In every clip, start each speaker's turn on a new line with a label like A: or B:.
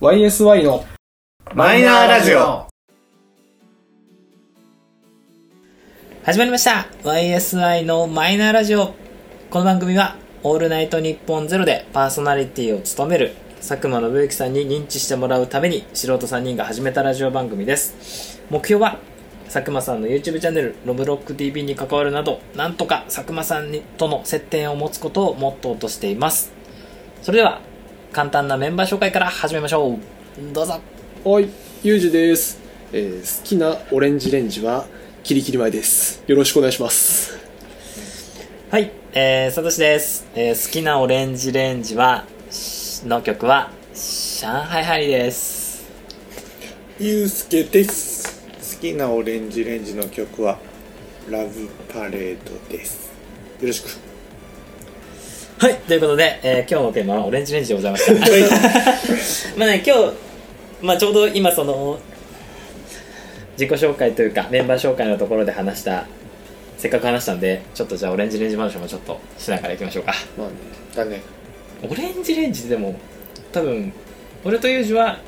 A: YSY の
B: マイナーラジオ
C: 始まりました YSI のマイナーラジオこの番組は「オールナイトニッポンゼロでパーソナリティを務める佐久間信之さんに認知してもらうために素人3人が始めたラジオ番組です目標は佐久間さんの YouTube チャンネル「ロブロック TV」に関わるなどなんとか佐久間さんにとの接点を持つことをモットーとしていますそれでは簡単なメンバー紹介から始めましょうどうぞ
A: はいゆうじです、えー好きなオレンジレンジはキリキリ前ですよろしくお願いします
C: はい、えー、サトシです、えー好きなオレンジレンジは、しの曲は、上海ハリーです。
B: ゆうすけです好きなオレンジレンジの曲はラブパレードですよろしく
C: はい、ということで、えー今日のテーマはオレンジレンジでござい ました。 まあね、今日、まあちょうど今その、自己紹介というか、メンバー紹介のところで話した、せっかく話したんで、ちょっとじゃあオレンジレンジ話もちょっとしながらいきましょうか。
B: まあだね
C: オレンジレンジでも、多分、俺とユージは、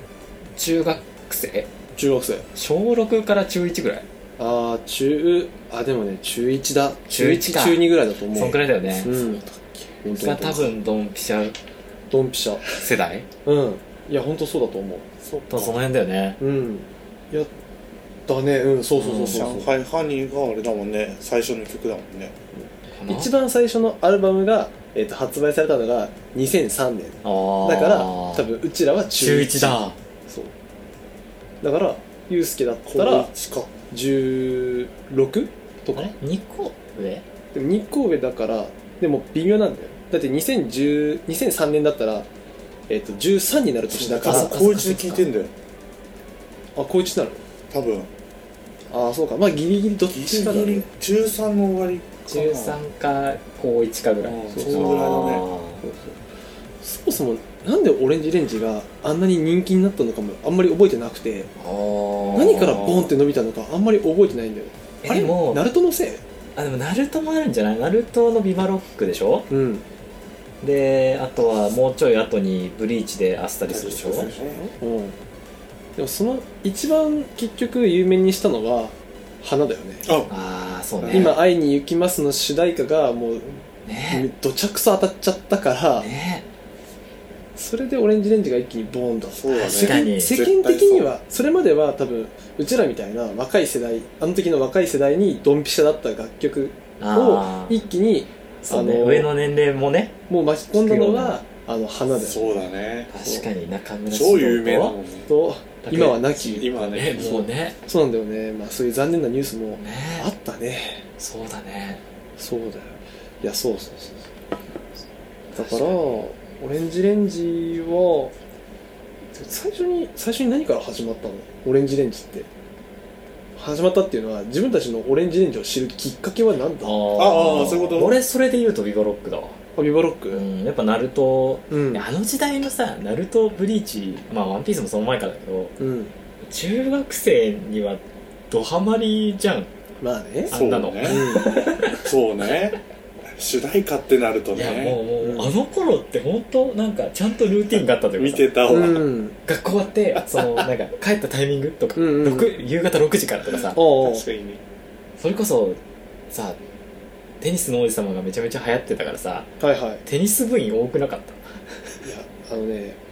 C: 中学生
A: 中学生
C: 小6から中1ぐらい
A: ああ中あでもね中1だ
C: 中一か
A: 中2ぐらいだと思う
C: そんくらいだよね。
A: うん本当
C: が多分ドンピシャ
A: ドンピシャ
C: 世代
A: うんいや本当そうだと思うそ
C: とその辺だよね
A: ううんいやだねうんそうそうそう
B: 上
A: そうそう
B: 海ハニーがあれだもんね最初の曲だもんね
A: 一番最初のアルバムが、えー、と発売されたのが2003年だから多分うちらは中
C: 中
A: 1
C: 1だ
A: そうだからユうスケだった
B: 高
A: ら
B: 一か
A: 16とか
C: あれ2個上
A: でも日光上だからでも微妙なんだよだって2010 2003年だったら、えっと13になる年だから
B: あ
A: あ
C: そっか
B: 高一で聴いてんだよ
A: 高一なの
B: 多分
A: ああそうかまあギリギリどっ
B: ギ
A: ちかだ
B: リギ
A: ね
B: リ中三の終わりかな
C: 13か高1かぐらい
B: うん
A: そう
B: そのぐらいだね
A: そうそうそもそもなんでオレンジレンジがあんなに人気になったのかもあんまり覚えてなくて
C: あー
A: 何からボンって伸びたのかあんまり覚えてないんだよ
C: え
A: あれ
C: でも
A: ナルトのせい
C: あでもナルトもあるんじゃないナルトのビバロックでしょ
A: うん
C: であとはもうちょい後にブリーチでアスタリスでしょ
B: そうそう
A: うんでもその一番結局有名にしたのは花だよね
B: そうあ
C: ああそうね
A: 今「会いに行きます」の主題歌がもう
C: ね
A: どちゃくそ当たっちゃったから
C: ね
A: それでオレンジレンジが一気にボーンと
B: そうだ
C: 確
A: 世
C: か
B: ね
C: に
A: 間世間的にはそれまでは多分うちらみたいな若い世代あの時の若い世代にドンピシャだった楽曲
C: あ
A: を
C: ー
A: 一気に
C: そう
A: あ
C: ね
A: の
C: 上の年齢もね
A: もう巻き込んだのがあの花だよ
B: そうだね
C: 確かに中村
B: 超有名だもんね
A: と
C: だけ
A: 今は亡き
B: 今ね
C: ねもうね
A: そうなんだよねまあそういう残念なニュースも
C: ね
A: あったね
C: そうだね
A: そうだよいやそうそうそうそうだからオレンジレンジは最初に最初に何から始まったのオレンジレンジって始まったっていうのは自分たちのオレンジレンジを知るきっかけは何
C: あ
A: だ
C: ー
B: あーそういうこと
C: 俺それで言うとビバロックだわ
A: あビバロッ
C: う
A: ク
C: んやっぱナルト
A: うん
C: あの時代のさナルトブリーチまあワンピースもその前からだけど
A: うん
C: 中学生にはドハマりじゃん
A: まあね
C: あんな
B: そ
C: の
B: うねそうね主題歌ってなると
C: いやも
B: ね
C: う
A: うん
C: もう、あの頃って本当なんかちゃんとルーティンがあったというか
B: 見
C: さ
B: てたわ
A: うんうん
C: 学校終わってそのなんか帰ったタイミングとか、
A: うんうんうん
C: 六夕方6時からとかさ
A: おうおう
B: 確かにね
C: それこそさテニスの王子様がめちゃめちゃ流行ってたからさ
A: はいはい
C: テニス部員多くなかった
A: いやあのね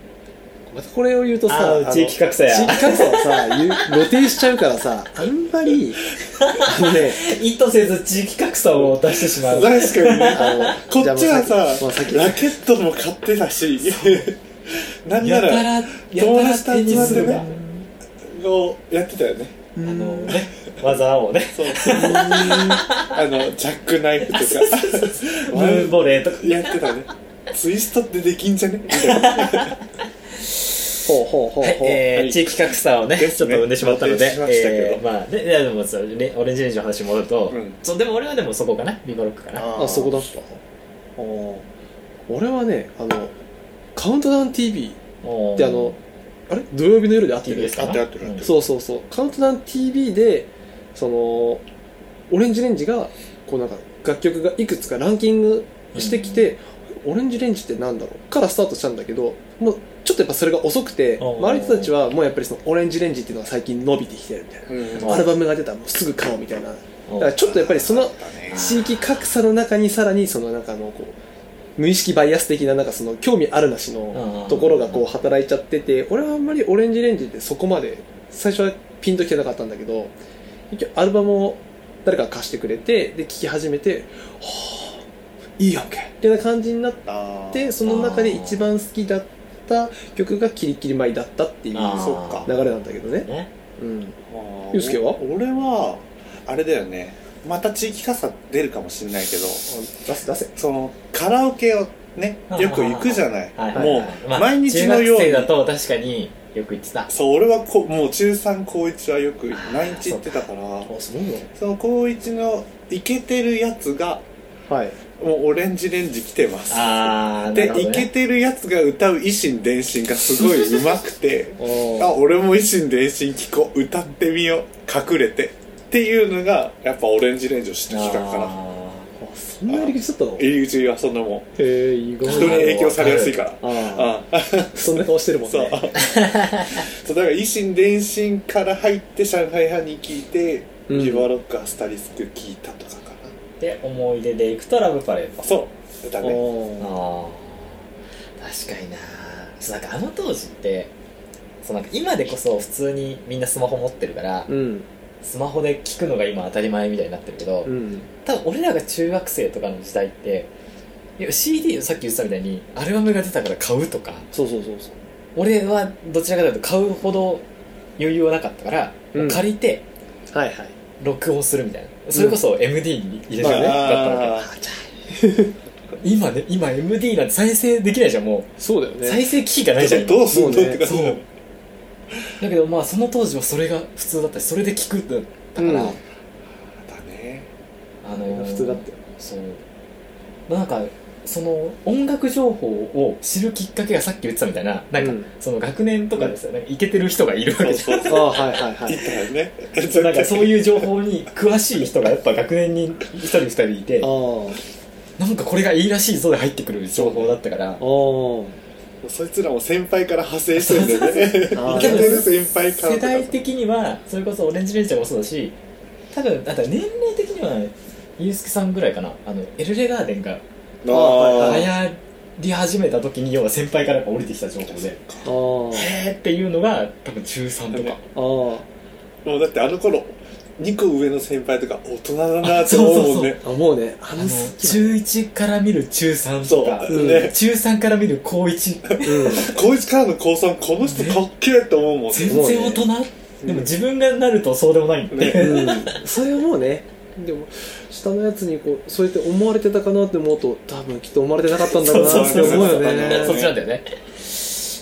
A: またこれを言うとさ
C: あー地域格差や
A: 地域格差をさ言う露呈しちゃうからさあんまりあのね
C: 意図せず地域格差を出してしま
B: 確
C: う
B: かにね
A: あの
B: こっちは
A: もう先
B: さラケットも買ってたしなんな
C: やた
B: ら
C: らやたらテニス部が、
B: 友こうやってたよね
A: あ
C: あのね技をね
B: そうあのジャックナ イフとか
C: ムーンボレーとか
B: やってたねツイストってできんじゃねみたいな
A: ほうほうほうほう、
C: はい、えー地域格差をね、
B: ですね
C: ちょっと生んでしまったの
B: 露呈
C: で、
B: しましたけど
C: えーまあ、で、いやでもそうね、オレンジレンジの話に戻ると、
B: うん
C: そう、でも俺はでもそこかな、ビバロックかな。
A: あそこだったあー俺はねあのカウントダウン TV
C: おー
A: であの、あれ土曜日の夜で会ってる
C: TBS か
B: 合
C: な。
B: ってる合ってる合って
A: そうそうそうカウントダウン TV でそのオレンジレンジがこうなんか楽曲がいくつかランキングしてきて、オレンジレンジってなんだろうからスタートしたんだけどもうちょっとやっぱそれが遅くて
C: おう
A: 周りの人たちはもうやっぱりそのオレンジレンジっていうのが最近伸びてきてるみたい
B: うん
A: なアルバムが出たらもうすぐ買おうみたいなだからちょっとやっぱりその地域格差の中にさらにそのなんかあのこう無意識バイアス的ななんかその興味あるなしのところがこう働いちゃってて俺はあんまりオレンジレンジってそこまで最初はピンときてなかったんだけど結局アルバムを誰かが貸してくれてで聴き始めて「はあいいやんけ」みたいな感じになっ
B: あ
A: てその中で一番好きだった曲が「キリキリ舞」だったっていう
C: あー
B: そうか
A: 流れなんだけどね、
C: ね
A: うん、ゆ
B: ゆ
A: うすけは
B: 俺はあれだよねまた地域傘出るかもしれないけど
A: あ出せ出せ
B: そのカラオケをねよく行くじゃない
C: はいはい
B: も
C: はいうまあ
B: 毎日のよう
C: 中学生だ
B: に
C: と確かによく言ってた
B: そう俺はこもう中3高1はよく毎日行ってたから
A: あそうなの
B: その高1のイケてるやつが
A: はい
B: もうオレンジレンジ来てます
C: ああな
B: で、
C: るほど
B: イケ
C: ね
B: てるやつが歌う維新伝心がすごい上手くてあ俺も維新伝心聞こう歌ってみよう隠れてっていうのがやっぱオレンジレンジを知ってきたから
C: あ
A: あそんなやり口だったの
B: 入り口はそんなもん
A: へえ意
B: 人に
A: 外
B: 影響されやすいから
A: あ
B: ああ
A: あそんな顔してるもん
B: そう
A: ね
B: そうだから維新伝心から入って上海派に聞いて
A: うん
B: リバロックアスタリスク聞いたとかかな
C: ーで思い出で行くとラブパレード
B: そうだ
A: あ
B: ね
A: ー
C: あー確かになそうなんかあの当時ってそうなんか今でこそ普通にみんなスマホ持ってるから、
A: うん
C: スマホで聞くのが今当たり前みたいになってるけど、
A: うん
C: 多分俺らが中学生とかの時代っていや CD をさっき言ってたみたいにアルバムが出たから買うとか
A: そうそうそうそう
C: 俺はどちらかというと買うほど余裕はなかったから、
A: うん
C: 借りて
A: はいはい
C: 録音するみたいなそれこそ MD に入れてるね、
B: まあ
C: だったわけ今ね今 MD なんて再生できないじゃんも
A: そうだよ
C: う、
A: ね
C: 再生機器がないじゃん
B: どうすんのっ
A: もうね
B: て感じだよね
C: だけどまあその当時はそれが普通だったしそれで聞くってなったから、
A: うん
B: だね
C: あのー
A: 普通だったよ
C: そうまあなんかその音楽情報を知るきっかけがさっき言ってたみたいななんか、
A: うん
C: その学年とかですよ、なんかイケてる人がいるわ
B: そ
C: け
B: う
C: じ
B: そうそう
A: ああはいはいはい い
B: たよね
C: ゃんなんかそういう情報に詳しい人がやっぱ学年に一人二人いて
A: ああ
C: なんかこれがいいらしいぞで入ってくる情報だったから
A: あー
B: そいつらも先輩から派生してるんだよね
A: あー
B: イケてる先輩からと
C: 世
B: か
C: 代的にはそれこそオレンジレンジャーもそうだし多分あと年齢的にはユースケさんぐらいかなあのエルレガーデンが
B: あ
A: あ
C: 流
B: ー
C: 行り始めた時に要は先輩からやっぱ降りてきた情報で
A: あー
C: へーっていうのが多分中3とか
A: あー
B: もうだってあの頃2個上の先輩とか大人だなって思うもんね
A: あもうねあ
C: あ
A: の
C: の中1から見る中3とか
B: そう
A: うん
B: ね
C: 中3から見る高1
A: うん
B: 高一からの高三この人かっけえと思うもんね
C: 全然大人、でも自分がなるとそうでもないって、
B: ね
A: うんそれはもうねでも下のやつにこうそうやって思われてたかなって思うと多分きっと思われてなかったんだろうなって思うよね
C: そっちなんだよね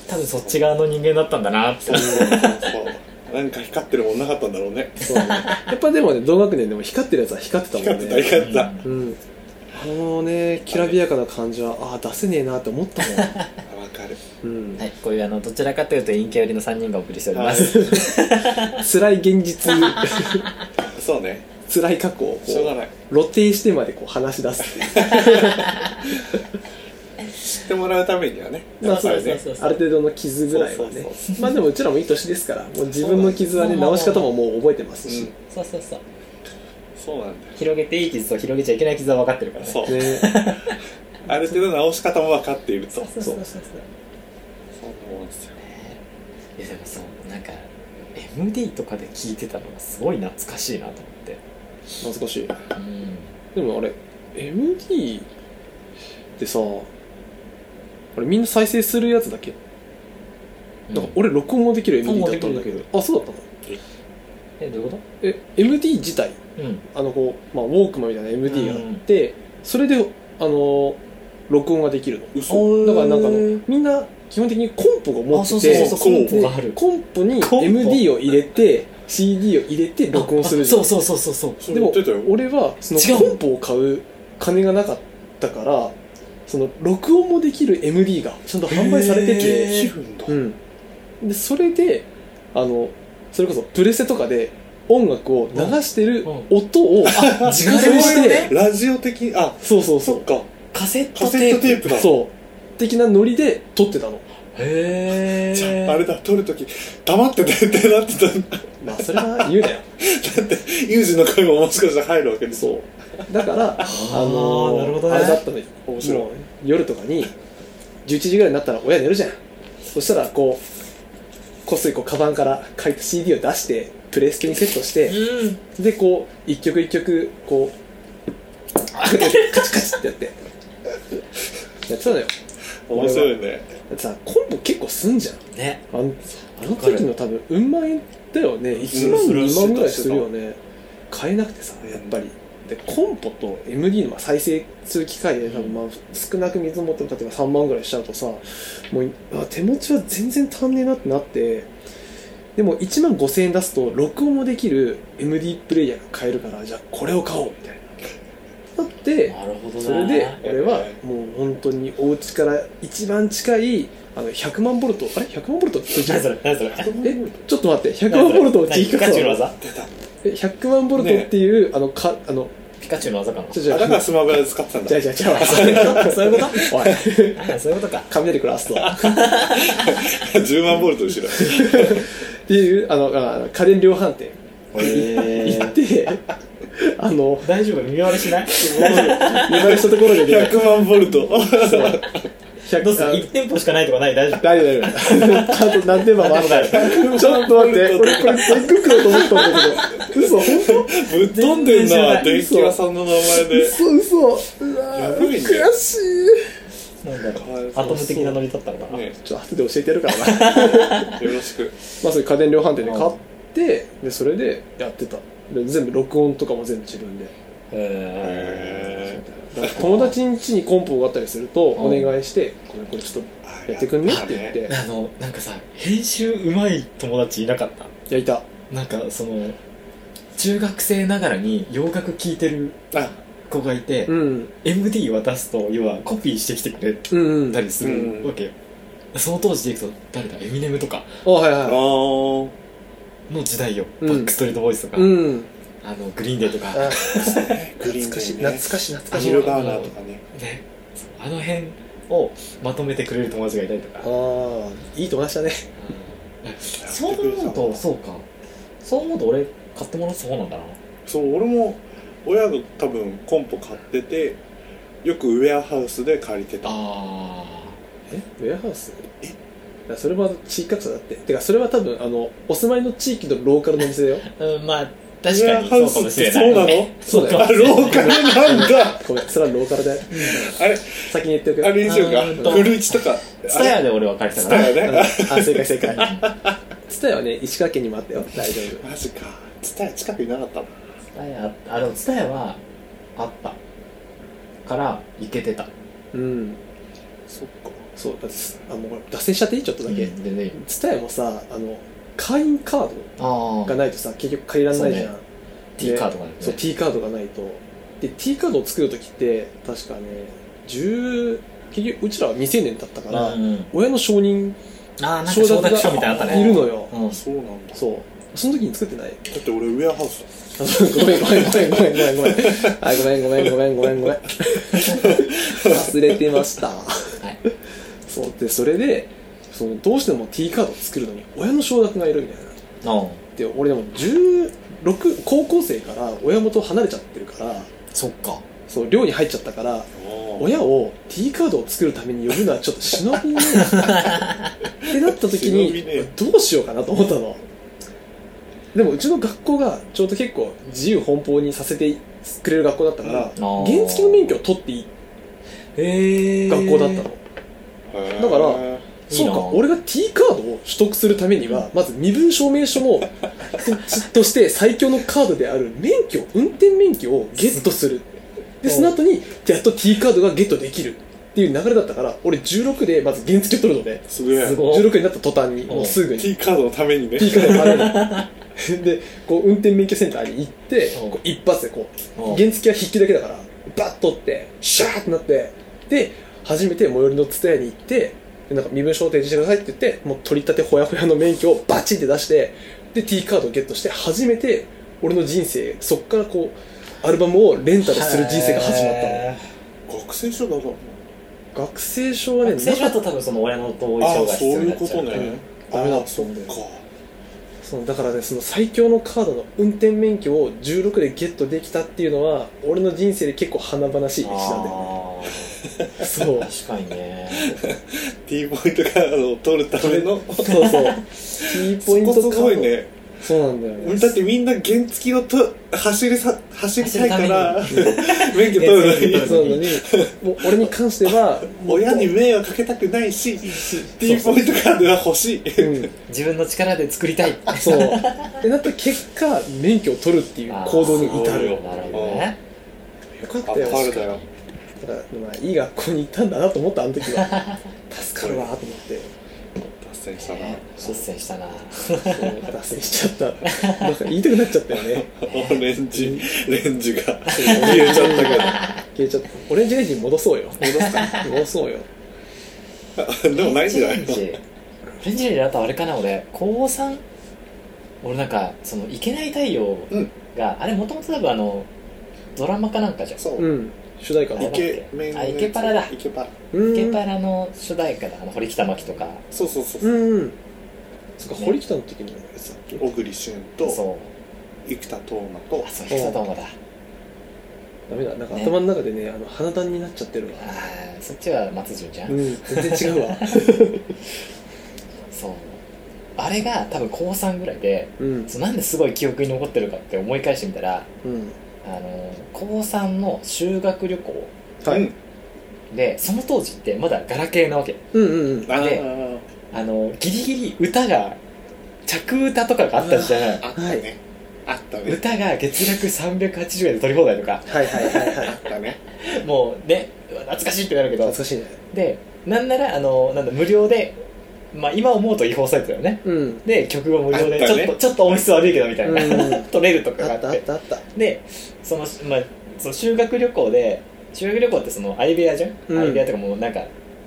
C: 多分そっち側の人間だったんだなっ
B: そ
C: て
B: うなんか光ってるもんなかったんだろうね
A: そうねやっぱでもね同学年でも光ってるやつは光ってたも
B: 光
A: ん
B: っ
A: ね
B: てた光ってた
A: うん、あのねきらびやかな感じはああ出せねえなって思った
B: わかる
A: もん、 うん
C: はい、こういうあのどちらかというと陰キャ寄りの3人がお送りしております、
A: 辛い現実
B: そうね
A: 辛い過去をこ
B: しょうがないう
A: 露呈してまでこう話し出すって
B: 知ってもらうためにはね
A: いうまあ
B: やっぱ
A: そう
B: り
A: で
B: ね
A: すねある程度の傷ぐらいは
B: そう
A: ね
B: そうそ
A: まあでもうちらもいい年ですからもう自分の傷はね
C: そうなん
A: 直
C: です
A: し方ももう覚えてますし、
B: うん
C: そうそうそう
B: そうなんだよ
C: 広げていい傷と広げちゃいけない傷は分かってるからね
B: そう
A: ね
B: ある程度直し方も分かっているとそう
C: そうそうそうそう
B: なもんですよ
C: いやでもそうなんか MD とかで聞いてたのがすごい懐かしいなと思って
A: 懐かしい
C: うん
A: でもあれ MD ってさあれみんな再生するやつだけ、なんか俺録音もできる MD だったんだけどあそうだったの
C: えどういうこ
A: え MD 自体
C: とうん
A: あのこう、まあ、ウォークマンみたいな MD があって、それであの録音ができるの
B: 嘘
A: だからなんかあのみんな基本的にコンポが持
C: あそ
A: っ
C: うそう
A: てて
C: そうコンポがあ
A: で
C: る
A: コンポに
C: コンポ
A: MD を入れて CD を入れて録音するじゃん
C: そうそうそうそうそう
B: そう
A: で
B: 言っ
A: も
B: てたよ
A: 俺はその
C: 違うの
A: コンポを買う金がなかったからその録音もできる MD がちゃんと販売されて
C: へ
A: て、
B: 皮膚の
A: うん、でそれであのそれこそプレセとかで音楽を流してる
C: うん
A: 音を
C: あ自
A: 自分
C: 分
A: し
C: してて
B: ラジオ的あ
A: そうそうそ
B: そうっか
C: カセット
B: カセ
C: テ
B: ッ
C: ー
B: ト
C: プ
B: テープだ
A: そう的なノリで撮ってたの
C: へ
B: じ
C: え
B: ゃああれだ撮るとき黙っててってなってたんだ
A: まあそれは言うなよ
B: ユージの声ももしかしたら入るわけです
A: そうだからあ
C: ー
A: の
C: なるほどね
A: あれだったのよ
B: 面白い
A: もう夜とかに11時ぐらいになったら親寝るじゃんそしたらこうこっそりこうカバンから借りた CD を出してプレステにセットして
C: うん
A: でこう一曲一曲こうカチカチってやってやってたのよ
B: 面白いね
A: だってさコンボ結構すんじゃん
C: ね
A: あのあの時の多分うん万円だよね1万
B: うん
A: 2万ぐらい
B: す
A: す
B: る
A: るよね買えなくてさやっぱりでコンポと MD の再生する機械で多分まあ少なく水を持っても例えば3万ぐらいしちゃうとさもうあ手持ちは全然足んねえなってなってでも1万5000円出すと録音もできる MD プレイヤーが買えるからじゃあこれを買おうみたいななって
C: なるほどね
A: それで俺はもう本当にお家から一番近いあの100万ボルトあれ100万ボルトって
C: 何それ何それ
A: えちょっと待って100万ボルトの
C: 何
A: 地
C: ピ
A: 域
C: カ
A: 活
C: チュウ
A: 動
C: の技
A: え100万ボルトっていう、あのかあの
C: ピカチュウの技かな
A: ちょちょ
B: あだからスマブラで使ってたん
A: じゃ
B: だ
A: じゃじゃ
C: そういうことそういうこと
A: おい
C: あそういうことか
A: 雷クラスとっ
B: 10万ボルト後ろ
A: ていうあのあ家電量販店
C: へ
A: 行ってあの
C: 大丈夫見割れしない
A: 見張りしたところでね
B: 100万ボルト
A: 100
C: どうする
A: あ
C: 1店舗しかないとかない大丈夫
A: 大丈夫大丈夫ちゃんと何点も回
C: 何
A: してちょっと待って俺これ全国区だと思ったんだけど嘘本
B: ぶっ飛んでん
C: 全然知らな
B: ない電気屋さんの名前
A: 当
B: で
A: 嘘嘘うわ
B: やばいね
A: 悔しい
C: なんだろう
B: かわいそう
C: アトム的なノリだったのかな
B: ね
A: ちょっと後で教えてやるからな
B: よろしく
A: まあ、それ家電量販店で買って、でそれでやってたで全部録音とかも全部自分で
C: へ
B: え
A: だから友達ん家にコンポがあったりするとお
C: うん
A: 願いして「これこれちょっと
B: ー
A: やってくんね」って言って
C: ーあのなんかさ編集うまい友達いなかった
A: やいた
C: なんかその中学生ながらに洋楽聴いてる
B: あ
C: 子がいて、
A: うん
C: MD 渡すと要はコピーしてきてくれ
A: うんうん
C: たりするわけよ、その当時でいくと誰だエミネムとか
A: あはい
B: あ
A: は
B: ー
C: の時代よ、
A: うん
C: バックストリートボーイズと
A: い
C: か、
A: うん
C: あのグリーンデーとか、
A: あ
B: グリーン
A: 懐かしい
B: デ
A: 懐
B: ーね
A: かしい懐
B: ア
A: かし
B: ニ
A: い
C: あ
B: ル
C: の
B: バーナーとかね
C: ねあの辺をまとめてくれる友達がいたりとか
A: ああいい友達だね
C: そう思うとそうかそう思うと俺買ってもらった方なんだな
B: そう俺も親が多分コンポ買っててよくウェアハウスで借りてた
C: あ
A: えウェアハウスえそれは地域格差だっててかそれは多分あのお住まいの地域のローカルのお店だよ
C: ーうんまあ確かにそうかもしれない
B: ウェアハウスって
A: そうだよ
B: あローカルな んだ
A: ごめんそれはローカルだよ
B: あれ
A: 先に言っておく
B: あれにしよう
C: うーん
B: か
C: と
B: 古市とか
C: ツタヤで俺は借りて
B: ス
C: たか
B: タ
C: ら
B: ヤね
A: あ正解正解ツタヤはね石川県にもあったよ大丈夫
B: マジかツタヤ近くいなかったもん
C: ツタヤあでもツタヤはあったから行けてた
A: うん
B: そっか
A: そうだってあもうこれ脱線しちゃっていいちょっとだけ
C: でね
A: ツタヤもさあの会員カー
C: あ
A: ドが
C: あ
A: ないとさ結局借りられないじゃん
C: T カードがね
A: そう T カードがないとで T カードを作るときって確かね10結局うちらは未成年だったから、
C: うんうん
A: 親の承認
C: ああなんか
A: 承
C: 承
A: 諾
C: 諾書みたいなのあった
A: が
C: ね
A: いるのよ、
C: うん
B: そうなんだ
A: そうその時に作ってない
B: だって俺ウェアハウス
A: あごめんごめんごめんごめんごめんごめんあごめんごめんごめんごめんごめん忘れてました
C: はい
A: そうでそれでそのどうしても T カード作るのに親の承諾がいるみたいな
C: あ
A: で俺でも16高校生から親元を離れちゃってるから
C: そっか
A: そう寮に入っちゃったから
B: だ
A: 親を T カードを作るために呼ぶのはちょっと忍びね えってなった時
B: 忍びねえ
A: にどうしようかなと思ったのでもうちの学校がちょうど結構自由奔放にさせてくれる学校だったから
C: あー
A: 原付の免許を取っていい
C: へえ
A: 学校だったの、だからそうか
C: いいな
A: 俺が T カードを取得するためにはまず身分証明書 もととして最強のカードである免許運転免許をゲットするでその後にやっと T カードがゲットできるっていう流れだったから俺16でまず原付を取るのです
B: げえ
C: すごいお
A: 16になった途端にもうすぐに T
B: T カードのためにね
A: カードが払え ないでこう運転免許センターに行って
C: うん
A: こう一発でこ
C: うん
A: う原付は筆記だけだからバッと取ってシャーってなってで初めて最寄りの蔦屋に行ってでなんか身分証を提示してくださいって言ってもう取り立てほやほやの免許をバチって出してで T カードをゲットして初めて俺の人生そっからこうアルバムをレンタルする人生が始まったの
C: へ
B: 極学生証だから
A: 学生証はね
C: 学生証だと多分その親の同意
B: あ
C: 書
B: あ
C: が
B: そ
C: 必
B: う
C: 要に
B: いう
C: なっち
B: こ
C: ゃ
B: と
C: う
B: ね
A: うんダメだ
B: ああそっか
A: そのだからねその最強のカードの運転免許を16でゲットできたっていうのは俺の人生で結構華々しい歴史なんだよ
C: あ
A: ねそう
C: ー確かにね
B: T ポイントカードを取るための
A: そうそう T ポ
B: そ
A: イントカー
B: こ
A: ド
B: すごいね
A: そうなんだよ ね
B: だってみんな原付をと走りさ走りたいから
C: 走る
B: 免許取るの
C: 原
B: に
C: 付
A: そうなのにもう俺に関しては
B: 親に迷惑かけたくないし T ポイントカードが欲しい
A: うん
C: 自分の力で作りたい
A: そうでなった結果免許を取るっていう行動に至る
C: あーなるほどね
A: よかった
B: あ
A: よ
B: パルだよ
A: だからまあいい学校に行ったんだなと思ったあの時 は助かるわと思って
B: 達成したな
C: ね出世したな
A: そう脱線しちゃったなんか言いたくなっちゃったよね
B: オレンジレンジが消えちゃったけど
A: 消えちゃったオレンジレンジに戻そうよ戻すか戻そうよ
B: でもないんじゃない
C: オレンジ
B: の
C: レンジオレンジレンジだとあれかな俺高3俺なんかそのいけない太陽が、あれもともと多分あのドラマかなんかじゃん
B: そうう。
A: ん主題歌
B: イ
A: の
B: ケメンのやつ。
C: あイケパラだ
B: イケパラ。
A: うん
C: イケパラの主題歌だあの堀北真希とか
B: そうそうそうう。
A: んそっか堀北の時にやつだっけ
B: 小栗旬と
C: そ
B: 生田斗真と
C: うあそう生田斗真だ
A: ダメだなんか
C: ね
A: 頭の中でねあの花壇になっちゃってるわ
C: あーそっちは松潤じゃん、
A: うん全然違 うわ
C: そうあれが多分高3ぐらいで
A: うん
C: そうなんですごい記憶に残ってるかって思い返してみたら
A: うん
C: あの高3の修学旅行
A: は
B: う
A: い
B: ん
C: でその当時ってまだガラケーなわけ
A: うんうんうん
B: あ
C: で
B: ー
C: あのギリギリ歌が着歌とかがあったじゃない
B: あったね。あったね。
C: 歌が月額380円で取り放題とか
A: はいはいはいはい
B: あったね。
C: もうねうわ懐かしいってなるけど
A: 懐かしいね
C: でなんならあのなんだ無料でまあ今思うと違法サイトだよね
A: うん
C: で曲が無料で、
B: あっ
C: ち
B: た
C: ょ
B: ね
C: っとちょっと音質悪いけどみたいな、
A: うん
C: 取れるとか
A: あ
C: があっ
A: ってたあったあった
C: でその、まあ、その修学旅行で修学旅行ってその相部屋じゃん、
A: うん
C: 相部屋とかもうなんか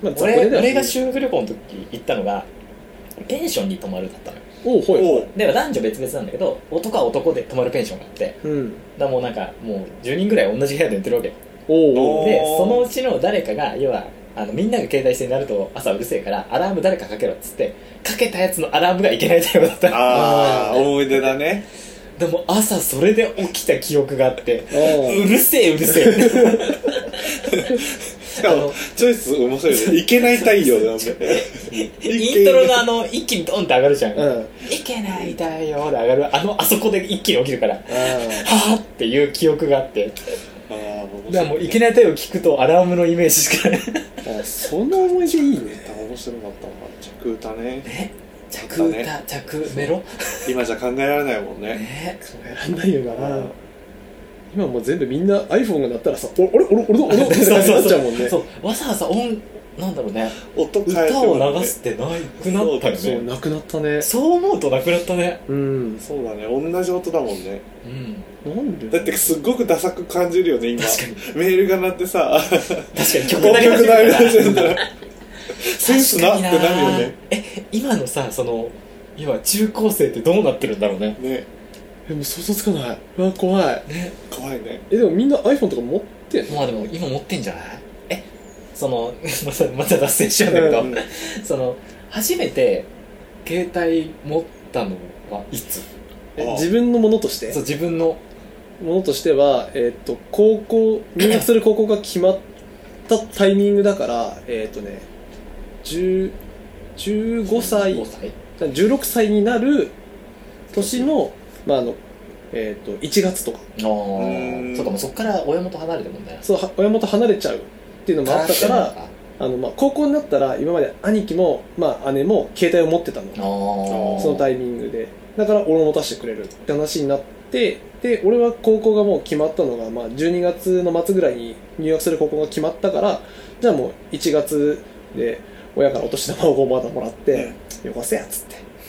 A: まあ雑魚寝
C: 俺
A: だよね
C: 俺が修学旅行の時行ったのがペンションに泊まるだったのよ
A: おうほい
B: おう
C: で男女別々なんだけど男は男で泊まるペンションがあってだか
A: うん
C: らもうなんかもう10人ぐらい同じ部屋で寝てるわけ
A: おうおう
B: おー
C: でそのうちの誰かが要はあのみんなが携帯してになると朝うるせえからアラーム誰かかけろっつってかけたやつのアラームがいけないタイプだった
B: ああ、思い出だね。
C: でも朝それで起きた記憶があって
A: おう
C: うるせえうるせえ
B: しかも、チョイス面白いね。いけない太陽だね。
C: イントロのあの一気にドンって上がるじゃん、
A: うんあ
C: いけないだよで上がるあのあそこで一気に起きるからは
A: あ
C: あっていう記憶があって
B: ああ、面
C: だからも
B: 白
C: う
B: い。
C: いけない太陽聞くとアラームのイメージしかない
A: あその思い出いいね
B: 面白かったわ。着歌ね。
C: え着歌着メロ
B: 今じゃ考えられないもんね。
C: ね
A: 考えらんないよな今もう全部みんな iPhone が鳴ったらさ「お俺俺俺 の俺の」って
C: そうそ
A: な
C: う
A: っち
C: そ
A: ゃ
C: う
A: うもんね
C: そうわざわざ音なんだろうね
B: 音変えて
C: 歌
B: もね
C: を流すってなくなったよ
A: そう
C: ね
A: なくなったね
C: そう思うとなくなったね
A: うん
B: そうだね。同じ音だもんね。
C: うん
A: なんで
B: だってすっごくダサく感じるよね、今。
C: 確かに
B: メールが鳴ってさ、
C: 確かに曲
B: 曲
C: なり始めた
B: めたらセンスなってなるよね
C: え今のさその今中高生ってどうなってるんだろうね
B: ね
A: えもう想像つかないうわ怖い
C: ね
B: 怖いね
A: えでもみんな iPhone とか持ってんの
C: まあでも今持ってんじゃないえそのまたまた脱線しちゃうんだけど、
B: うん
C: その初めて携帯持ったのはいつ
A: え
B: ああ
A: 自分のものとして
C: そう自分の
A: ものとしてはえーっと高校入学する高校が決まったタイミングだからえーっとね10 15歳
C: 5歳
A: 16歳になる年の,、まああのえー、と1月とか
C: あ
B: う
C: あ
B: ん
C: そうかもうそっから親元離れてもんね
A: そうは親元離れちゃうっていうのもあったからあの、まあ、高校になったら今まで兄貴も、まあ、姉も携帯を持ってたの
C: あー
A: そのタイミングでだから俺も持たせてくれるって話になってで俺は高校がもう決まったのが、まあ、12月の末ぐらいに入学する高校が決まったからじゃあもう1月で親からお年玉をまだもらって「よこせや」っつ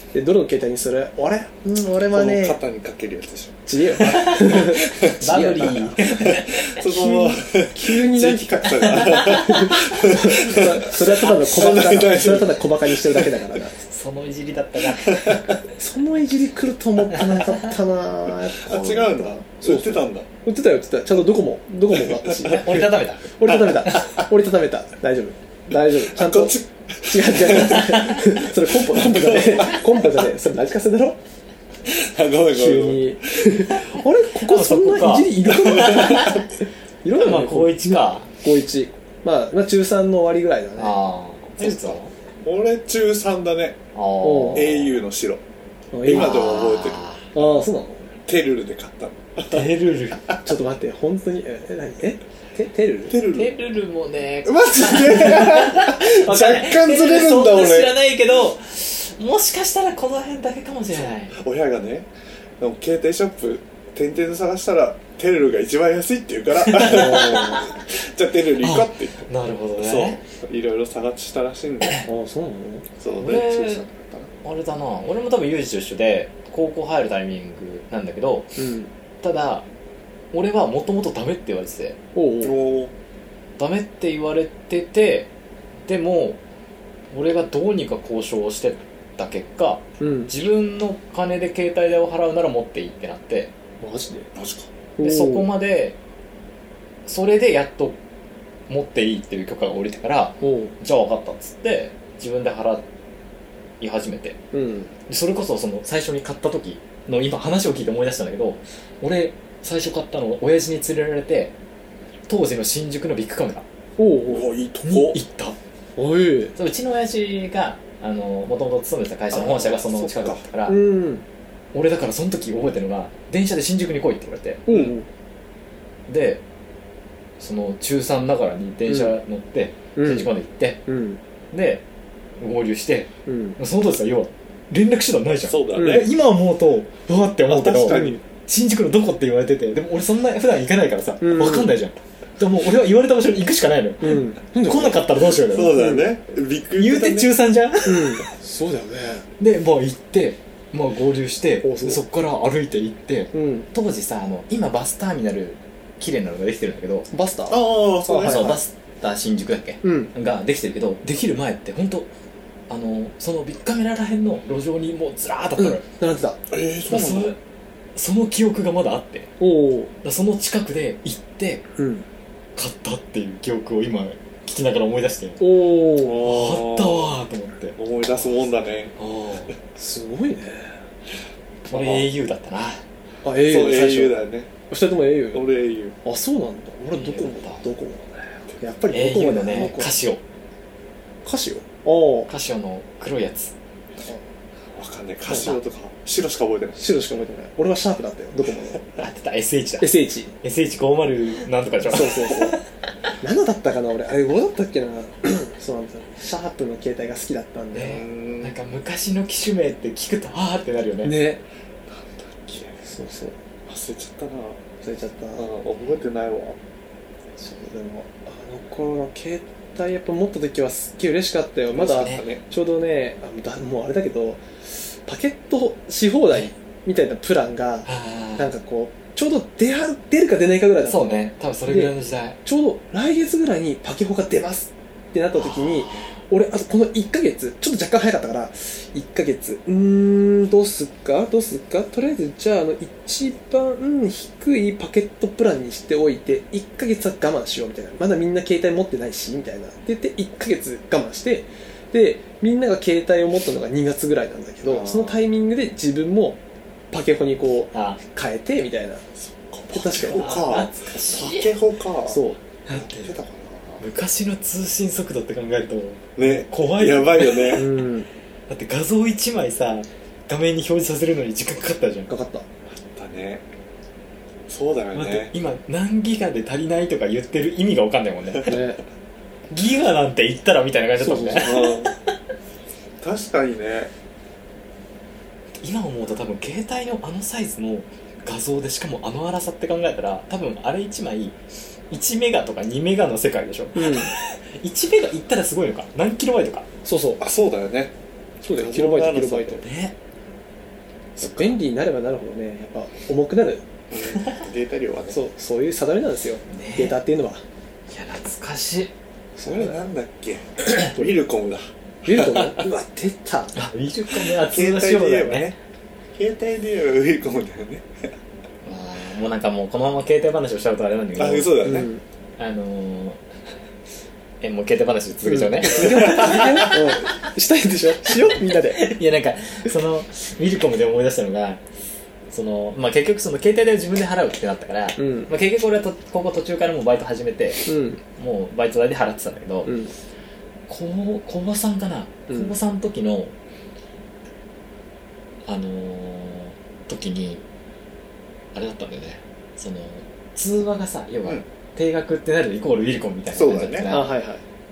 A: って「でどれの携帯にする俺うん俺
B: こ
A: は
B: の
A: ね
B: 肩にかけるやつでし
A: ちげえよ
C: バブリ ー
B: ょその
A: 急に
B: 地
A: なんか
B: 域格差が
A: それはただの小バカ
B: 知らない
A: それはただ小バカにしてるだけだからな
C: そのいじりだったな
A: そのいじり来ると思ってなかったなあ
B: あ違うんだ
A: そ
B: 売
A: う
B: ってたんだ
A: 売ってたよ売ってたちゃんとドコモドコモがあった し
C: 折りたためた。
A: 折りたためた折りたためた大丈夫大丈夫ちゃんと
B: こっち
A: 違う違う違うそれコンポコンポじゃねえコンポじゃねえそれラジカセだろ
B: あごめんごめん
A: 急
B: ごめん
A: にあれここそんないじりいるかないるかな
C: まあ、高一か。
A: 高一まあ、まあ、中3の終わりぐらいだね
C: ああ。
B: そうそう俺中3だね
C: ああ。
A: おう
B: au の白
A: うん
B: 今
A: あ
B: でも覚えてる
A: あそうなの
B: テルルで買ったの
C: テルル。
A: ちょっと待って本当にええ何えテテルル
B: テル
C: テ
B: ル
C: ルルもね、
B: マジで
C: わかんない
B: 若干ずれるんだ
C: テルルそな
B: 俺
C: 知らないけど、もしかしたらこの辺だけかもしれない。
B: 親がねでも携帯ショップ点々で探したらテルルが一番安いって言うか らじ
A: あ
B: ゃあテルル行こうって言って
C: なるほどね。
B: そういろいろ探したらしいんだよ
A: ーあーそうなの
B: そうね
C: 俺
B: 中3だったな
C: あれだな、俺も多分ユージと一緒で、高校入るタイミングなんだけど、
A: うん
C: ただ、俺はもともとダメって言われてて、
A: おうおう
B: おお
C: ダメって言われてて、でも、俺がどうにか交渉をしてた結果、
A: うん
C: 自分の金で携帯代を払うなら持っていいってなって、
A: マジで
B: マジか
A: おう
C: でそこまでそれでやっと持っていいっていう許可が下りてから
A: おう
C: じゃあ分かったっつって自分で払い始めて
A: うん
C: でそれこそその最初に買った時の今話を聞いて思い出したんだけど俺最初買ったの親父に連れられて当時の新宿のビッグカメラ
A: おうおう
B: おいいと
C: に
B: こ
C: 行った
A: おいう
C: そううちの親父がもともと勤めてた会社の本社がその近くだったから
A: ん
C: 俺だからその時覚えてるのが電車で新宿に来いって言われて
A: おう
C: でその中3ながらに電車乗って
A: う
C: 新
A: ん
C: 宿まで行って、
A: うん
C: で合流して
A: うん
C: その当時は要は連絡手段ないじゃん
B: そうだ
A: う
B: ね
C: で今思うとわーって思うけど
B: 確かに
C: 新宿のどこって言われててでも俺そんな普段行かないからさ、
A: うん
C: わかんないじゃんでもう俺は言われた場所に行くしかないのよ、
A: うん
C: 来なかったらどうしようよ
B: そうだよねびっくり
C: 言うて中3じゃん
A: そうだよね
C: でもう行ってまあ合流して
A: おそう
C: そっから歩いて行って
A: うん
C: 当時さあの今バスターミナル綺麗なのができてるんだけど、
A: バスター
B: ああそうね
A: はい
C: そ
A: はいう
C: バスター新宿だっけ
A: うん
C: ができてるけどできる前って本当あのそのビッグカメラらへんの路上にもうずらーっとあったのよ、
A: 並んでた
B: えーそ
C: だ
B: う
C: からそ
B: なんだ
C: のその記憶がまだあってだか
A: おお
C: らその近くで行って
A: うん
C: 買ったっていう記憶を今聞きながら思い出して
A: おお
C: あ
B: あ
C: ったわーと思って
B: 思い出すもんだね
C: ああ
A: すごいね
C: これ au だったな
A: あ
B: そう
A: au 最
B: au
A: 初
B: だよね
A: 二人とも au
B: 俺 au
A: あそうなんだ俺ドコモだドコモだねやっぱりドコ
C: au
A: モ
C: の
A: だ
C: ねカシオ
A: 歌詞をあ
C: カシオの黒いやつ
B: わかんないカシオとか白しか覚えてない
A: あ白しか覚えてない俺はシャープだったよドコモの
C: あ出た SH だ
A: SH
C: SH50 なんとかじゃん
A: そうそうそう7だったかな俺あれ5だったっけな そうなんだシャープの携帯が好きだったん
B: う
A: で
C: ね
B: ーん
C: なんか昔の機種名って聞くとあーってなるよね
A: ね
B: 消え
A: そうそう
B: 忘れちゃったな
A: 忘れちゃった
B: あー覚えてないわ
A: そうでもあの頃の携帯やっぱ持った時はすっげえ嬉しかったよまだ
C: そうですね
B: ね
A: ちょうどねあだもうあれだけどパケットし放題みたいなプランが
C: あ
A: なんかこうちょうど出は出るか出ないかぐらいだ
C: あ
A: ったの
C: そうね多分それぐらいの時代
A: ちょうど来月ぐらいにパケホが出ますってなった時に、俺、あとこの1ヶ月、ちょっと若干早かったから、1ヶ月、うーん、どうすっかどうすっかとりあえず、じゃあ、あの、一番低いパケットプランにしておいて、1ヶ月は我慢しようみたいな。まだみんな携帯持ってないし、みたいな。で、で、1ヶ月我慢して、で、みんなが携帯を持ったのが2月ぐらいなんだけ
B: あ
A: ど、
B: ー
A: そのタイミングで自分もパケホにこう、
C: あ
A: 変えて、みたいな。
B: 確
A: 確かに
B: パケホか
C: 懐か
B: パ
C: しい
B: ケホか
A: そう。
C: なん
B: やって
C: て
B: たか
C: 昔の通信速度って考えると
B: なね
C: 怖いよ
B: やばいよ
A: う
B: ね
A: ん。
C: だって画像1枚さ画面に表示させるのに時間かかったじゃん
A: かかった。
B: だねそうだよ
C: 待って
B: ね
C: 今何ギガで足りないとか言ってる意味が分かんないもんね
A: ね。
C: ギガなんて言ったらみたいな感じだったもん
A: そう
C: ね
B: うん確かにね
C: 今思うと多分携帯のあのサイズの画像でしかもあの粗さって考えたら多分あれ1枚1メガとか2メガの世界でしょ
A: うん。
C: 1メガいったらすごいのか何キロバイトか
A: そうそう。
B: あそうだよね
A: そうだよ、
B: そう
A: キロバイ
B: そう
A: ト、
B: な
A: キ
B: る
A: ロバイト。
C: ね
A: 便利になればなるほどね、やっぱ重くなる。
B: データ量はね
A: そう、そういう定めなんですよ。
C: ね
A: データっていうのは。
C: いや懐かしい
B: それなんだっけウィルコムだ
A: 見るとね、うわ、出た。
C: あウィルコムは通
B: 携
C: 話
B: 帯
C: し
B: で言
C: ようだ
B: え
C: よ
B: ば
C: ね
B: ね携帯電話ウィルコムだよね
C: うんもうなんかもうこのまま携帯話をしちゃうとあれなんだけど
B: あ嘘だね、
A: うん
C: あのーえもう携帯話続けちゃうね、
A: 続けよう続けよううんしたいんでしょしようみんなで
C: いやなんかそのウィルコムで思い出したのがそのまあ結局その携帯代を自分で払うってなったから、
A: うん
C: まあ、結局俺はとここ途中からもうバイト始めて
A: うん
C: もうバイト代で払ってたんだけど、
A: うん
C: 高高校さんかな
A: うん
C: 高校さんの時の、あのー時にあれだったんだよねその通話がさ要は
B: うん
C: 定額ってなるイコールウィルコムみたいな感じだった
B: そうだ
C: か
B: ね
A: あ
C: ら
A: はいはい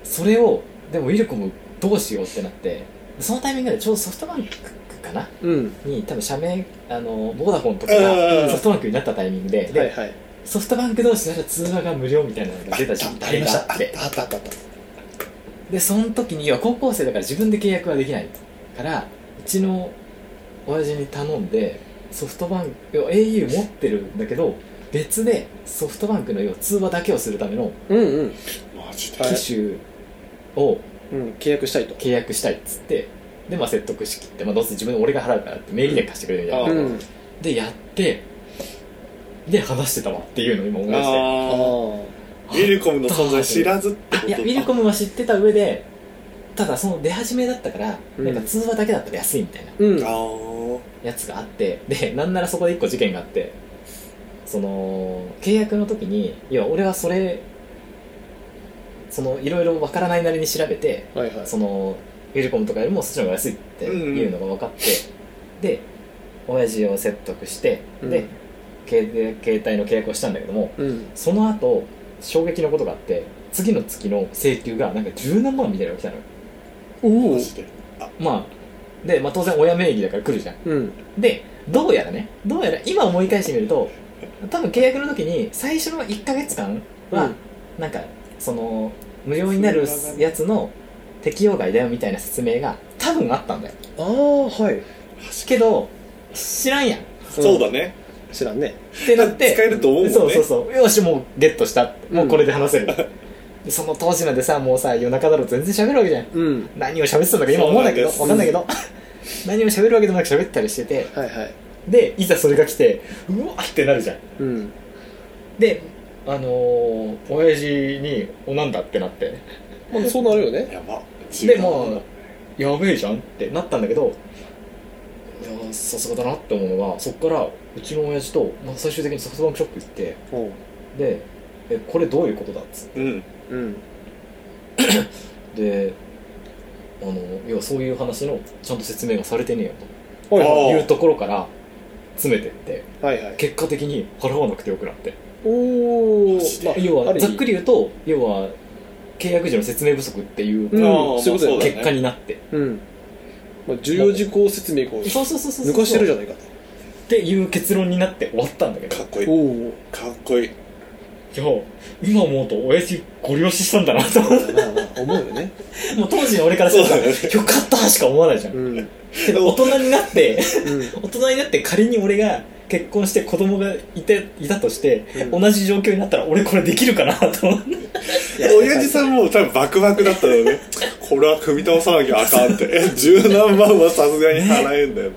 C: それをでもウィルコムどうしようってなってそのタイミングでちょうどソフトバンクかな
A: うん
C: に多分社名あのボーダフォンとか
B: うんうんう
C: が
B: ん
C: ソフトバンクになったタイミングで,で、
A: はいはい
C: ソフトバンク同士なら通話が無料みたいなのが出た時代があって
B: あったあったあった
C: でその時には高校生だから自分で契約はできないからうちの親父に頼んでソフトバンク au 持ってるんだけど別でソフトバンクの要は通話だけをするための
A: うんうん
B: マジで、
A: はい
C: 機種を
A: うん契約したいと
C: 契約したいっつってで、まあ、説得しきって、まあ、どうせ自分俺が払うからって名義で貸してくれるみたいな、
B: あ
A: うん
C: でやってで話してたわっていうのを今思い出して
A: あ
B: あ
A: ー
B: あウィルコムの存在知らずってこと
C: いやウィルコムは知ってた上でただその出始めだったから、
A: うん
C: なんか通話だけだったら安いみたいな
A: うん
B: あ
A: あ
B: ー
C: やつがあってでなんならそこで一個事件があってその契約の時にいや俺はそれそのいろいろわからないなりに調べて
A: はいはい
C: そのウィルコムとかよりもそっちの方が安いっていうのが分かって、で親父を説得して、
A: う
C: で
A: ん
C: 携携帯の契約をしたんだけども
A: うん
C: その後衝撃のことがあって次の月の請求がなんか十何万みたいなのが来たのよ
A: おお
B: マジで
C: まあで、まあ、当然親名義だから来るじゃん
A: うん
C: でどうやらねどうやら今思い返してみると多分契約の時に最初の1ヶ月間は、なんかその無料になるやつの適用外だよみたいな説明が多分あったんだよ
A: ああはい
C: けど知らんやんっ
B: そうだね
A: 知らんね
C: てなって
B: 使えると思うもんね
C: そうそうそうよしもうゲットしたもうこれで話せる、
B: うん
C: でその当時なんてさもうさ夜中だろ全然喋るわけじゃん
A: うん
C: 何を喋ってたんだか今思うんだけど
B: そ
C: わ
B: う
C: か
B: なんで
C: んない
B: す
C: けど 何を喋るわけでもなく喋ったりしてて
A: はいはい
C: でいざそれが来てうわってなるじゃん
A: うん
C: であのー、親父に「おなんだ?」ってなって
A: まあそうなるよね
B: やば
C: でもうやべえじゃんってなったんだけどいやさすがだなって思うのがそっからうちの親父と、まあ、最終的にソフトバンクショップ行って
A: うん
C: でえこれどういうことだっつって
B: うん
A: うん
C: であの要はそういう話のちゃんと説明がされてねえよ
A: はい
B: あ
A: は
B: ー
C: というところから詰めてって
A: いはいはい
C: 結果的に払わなくてよくなって
A: おお
B: マジで
C: 要はざっく
A: り
C: り言うと要は契約時の説明不足っていう
A: うん
B: ああ
A: そういうことだよ
B: まあ
C: 結果になって、
A: うんまあ重要事項説明を抜
C: そうそうそうそう
A: かしてるじ
C: ゃん
A: ゃないかと
C: っていう結論になって終わったんだけど
B: かっこいい
A: おお
B: かっこいい
C: いや今思うと親父ご了承したんだなと思っ
A: まあまあ思うよね
C: てもう当時の俺からする
B: そうだよね
C: とよかったしか思わないじゃん、
A: うんうん
C: けど大人になって大人になって仮に俺が結婚して子供がいていたとして、
A: うん
C: 同じ状況になったら俺これできるかなと思って
B: 親父さんも多分バクバクだったのねこれは組み倒さなきゃあかんって え十何万はさすがに払えんだよ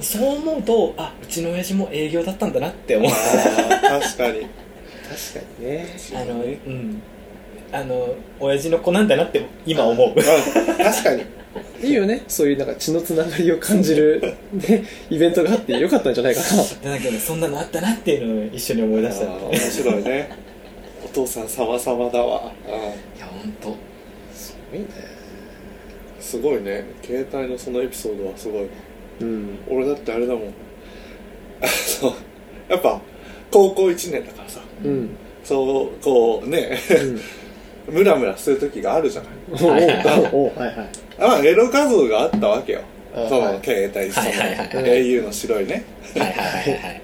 C: そう思うとあうちの親父も営業だったんだなって思う
B: ああ確かに
A: 確かにね
C: あの、うん。あの、親父の子なんだなって今思う。
B: うん確かに
A: いいよねそういうなんか血のつながりを感じるねイベントがあってよかったんじゃないかな
C: だけど、そんなのあったなっていうのを一緒に思い出し
B: あ
C: たの
B: ー
C: で。
B: 面白いねお父さん様々だわ
C: いや、ほんと。
A: いいね
B: うんすごいね携帯のそのエピソードはすごい
A: うん
B: 俺だってあれだもんあのやっぱ高校1年だからさ
A: うん
B: そうこうね
A: うん
B: ムラムラする時があるじゃない
A: おおおおはいはい
B: あまあエロ画像があったわけよ
A: あ
B: そ
A: は
B: の
A: い
B: 携帯その
C: はいはいはい
B: au の白いね
C: はいはいはいはい。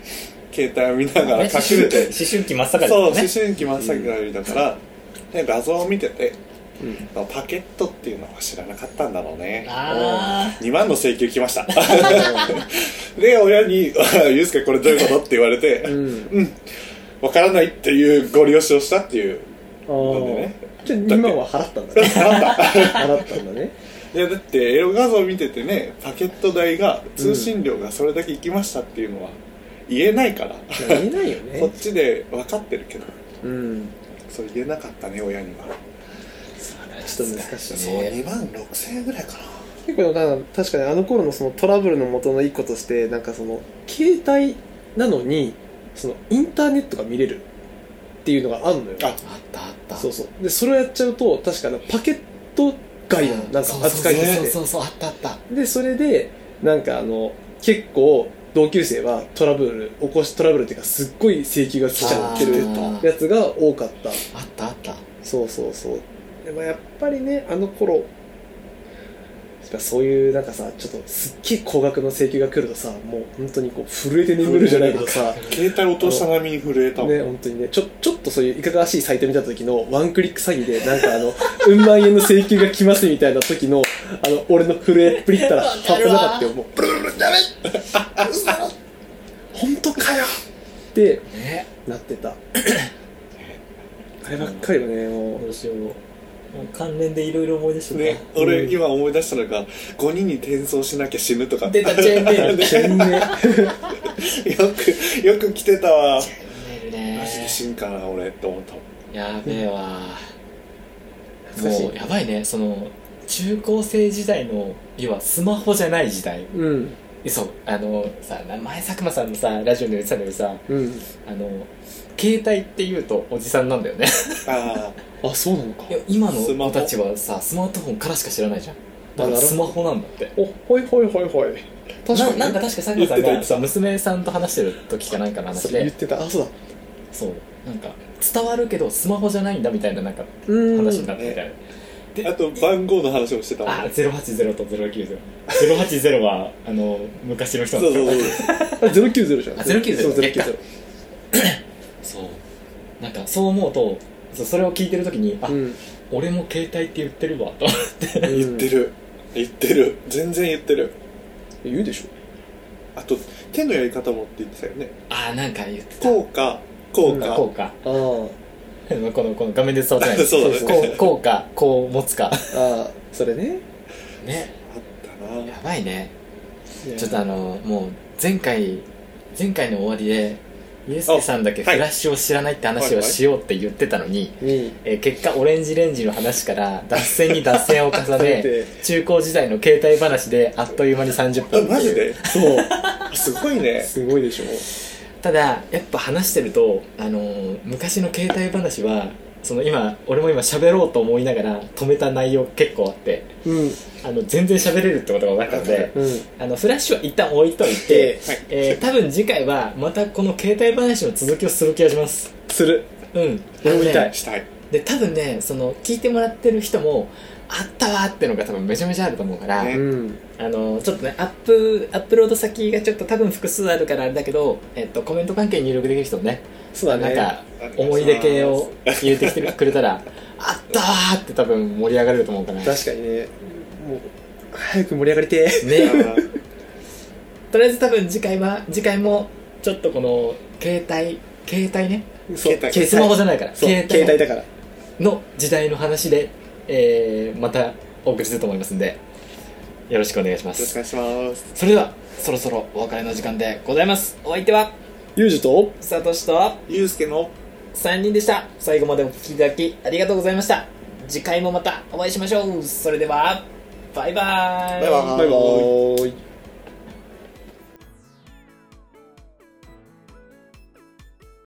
B: 携帯を見ながら
C: ね
B: 隠れて
C: 思春期真っ盛り
B: そう思
C: ね。
B: 春期真っ盛りだから、で画像を見てて
A: うん
B: パケットっていうのは知らなかったんだろうね
C: あ
B: 2万の請求来ました で親に あ「ユースケこれどういうこと?」って言われて
A: う
B: 「
A: ん
B: うんわからない」っていうご利用しをしたっていう
A: ああじゃあ今は払ったんだね
B: なんだ
A: 払ったんだね
C: ー
B: いやだってエロ画像見ててねパケット代が通信料がそれだけ行きましたっていうのは言えないから、
A: いや言えないよ
B: こっ
A: ね
B: ちで分かってるけど
A: うん
B: それ言えなかったね親には
A: ちょっと難しいね
B: そう2万6000円ぐらいかな
A: 結構なんか確かにあの頃のそのトラブルの元の一個としてなんかその携帯なのにそのインターネットが見れるっていうのがあるのよ
B: あ
C: あったあった
A: そうそうでそれをやっちゃうと確かなパケット外なのなんか扱いと
C: そうそ
A: し
C: う
A: て
C: そうそうあったあった
A: でそれでなんかあの結構同級生はトラブル起こしトラブルっていうかすっごい請求が来ちゃってる
C: あー
A: やつが多かった
C: あったあった
A: そうそうそうでもやっぱりねあの頃やっぱそういうなんかさちょっとすっげえ高額の請求が来るとさもう本当にこう震えて眠るじゃないけどさ
B: 携帯落とした波に震えたもん、
A: ね本当にねちょちょっとそういういかがわしいサイト見た時のワンクリック詐欺でなんかあのうん万円の請求が来ますみたいな時のあの俺の震えっぷりったら半端なかったよもうブルブルダメ嘘だろ本当かよって
C: ね
A: なって たあればっかりよねもう
C: どうしようもう関連でいろいろ思い出して
B: ね
C: た
B: 俺今思い出したのが5人に転送しなきゃ死ぬとか
C: 出たチェーンメール
A: 懸 命
B: よくよく来てたわ
C: メールね
B: マジで死んかな俺って思ったもん
C: やべえわ
A: 懐かしい
C: もうやばいねその中高生時代の要はスマホじゃない時代
A: うん
C: そうあのさ前佐久間さんのさラジオで言ってたんだけどさ
A: うん
C: あの携帯って言うとおじさんなんだよね
B: あ
A: あそうなのか
C: いや今の
B: スマホ
C: 子たちはさスマートフォンからしか知らないじゃんだ
A: あなる
C: から
A: ほど
C: スマホなんだって
A: おほいほいほいほい確かに
C: ななんか確か佐久間さん
B: 言ってた言って
C: が
B: た
C: さ娘さんと話してる時かなんかの
A: そ
C: 話
A: れ言っ
C: で
A: てたあそうだ
C: そうなんか伝わるけどスマホじゃないんだみたいななんか
A: う
C: 話になってみたいな
B: ああと番号の話もしてたもん
C: あ
B: ね
C: 080と0900 080はあの昔の人
B: そう
C: なん
B: そう
C: だ
B: そう
A: あ090じゃん
C: あ090
A: そう
C: 結果
A: 090
C: そうなんかそう思うとそうそれを聞いてる時にあ、
A: うん
C: 俺も携帯って言ってるわと
A: 言
B: 言ってる言ってる全然言ってる
A: 言うでしょ
B: あと手のやり方もって言ってたよね
C: あなんか言ってた
B: こうかこうか、
C: こうか
A: あー
C: この この画面で伝 わってない
B: そうだね
C: こうこうかこう持つか
A: あーそれね
C: ね
B: あったな
C: やばいねちょっと
A: あ
C: あのもう前回前回の終わりでユースケさんだけフ
B: あはい
C: ラッシュを知らないって話をしようって言ってたのに、
A: に
C: えー結果オレンジレンジの話から脱線に脱線 を
A: 出
C: 重ね
A: て
C: 中高時代の携帯話であっという間に30分
B: あマジで
A: そう
B: すごいね
A: すごいでしょ
C: ただやっぱ話してると、あのー昔の携帯話はその今俺も今喋ろうと思いながら止めた内容結構あって
A: うん
C: あの全然喋れるってことが分かったので
A: うん
C: あのフラッシュは一旦置いといて、えー多分次回はまたこの携帯話の続きをする気がします
A: する
C: うん
A: 俺も見たい
B: したい
C: で多分ねその聞いてもらってる人もあったわーってのが多分めちゃめちゃあると思うから、
B: ね
A: うん
C: あのちょっとねアップアップロード先がちょっと多分複数あるからあれだけど、えっと、コメント関係に入力できる人もね
A: そうだ
C: なん
A: ね
C: か思い出系を入れてきてくれたらあったーって多分盛り上がれると思うからね
A: 確かにねもう早く盛り上がりてー
B: あ
C: ね
B: ー
C: とりあえず多分次回は次回もちょっとこの携帯携帯ね
A: そう
B: 携帯
C: スマホじゃ
A: ない
C: ないから
A: そう
C: 携
A: 携帯
C: 帯
A: だから
C: の時代の話で、えーまたお送りすると思いますんでよろしくお願いしま
B: よろしく
C: す
B: お願いします
C: それではそろそろお別れの時間でございますお相手は
A: ユージと
C: サトシと
B: ゆうすけの
C: 3人でした最後までお聞きいただきありがとうございました次回もまたお会いしましょうそれではバイバーイ
B: バイバーイ
A: バイバーイ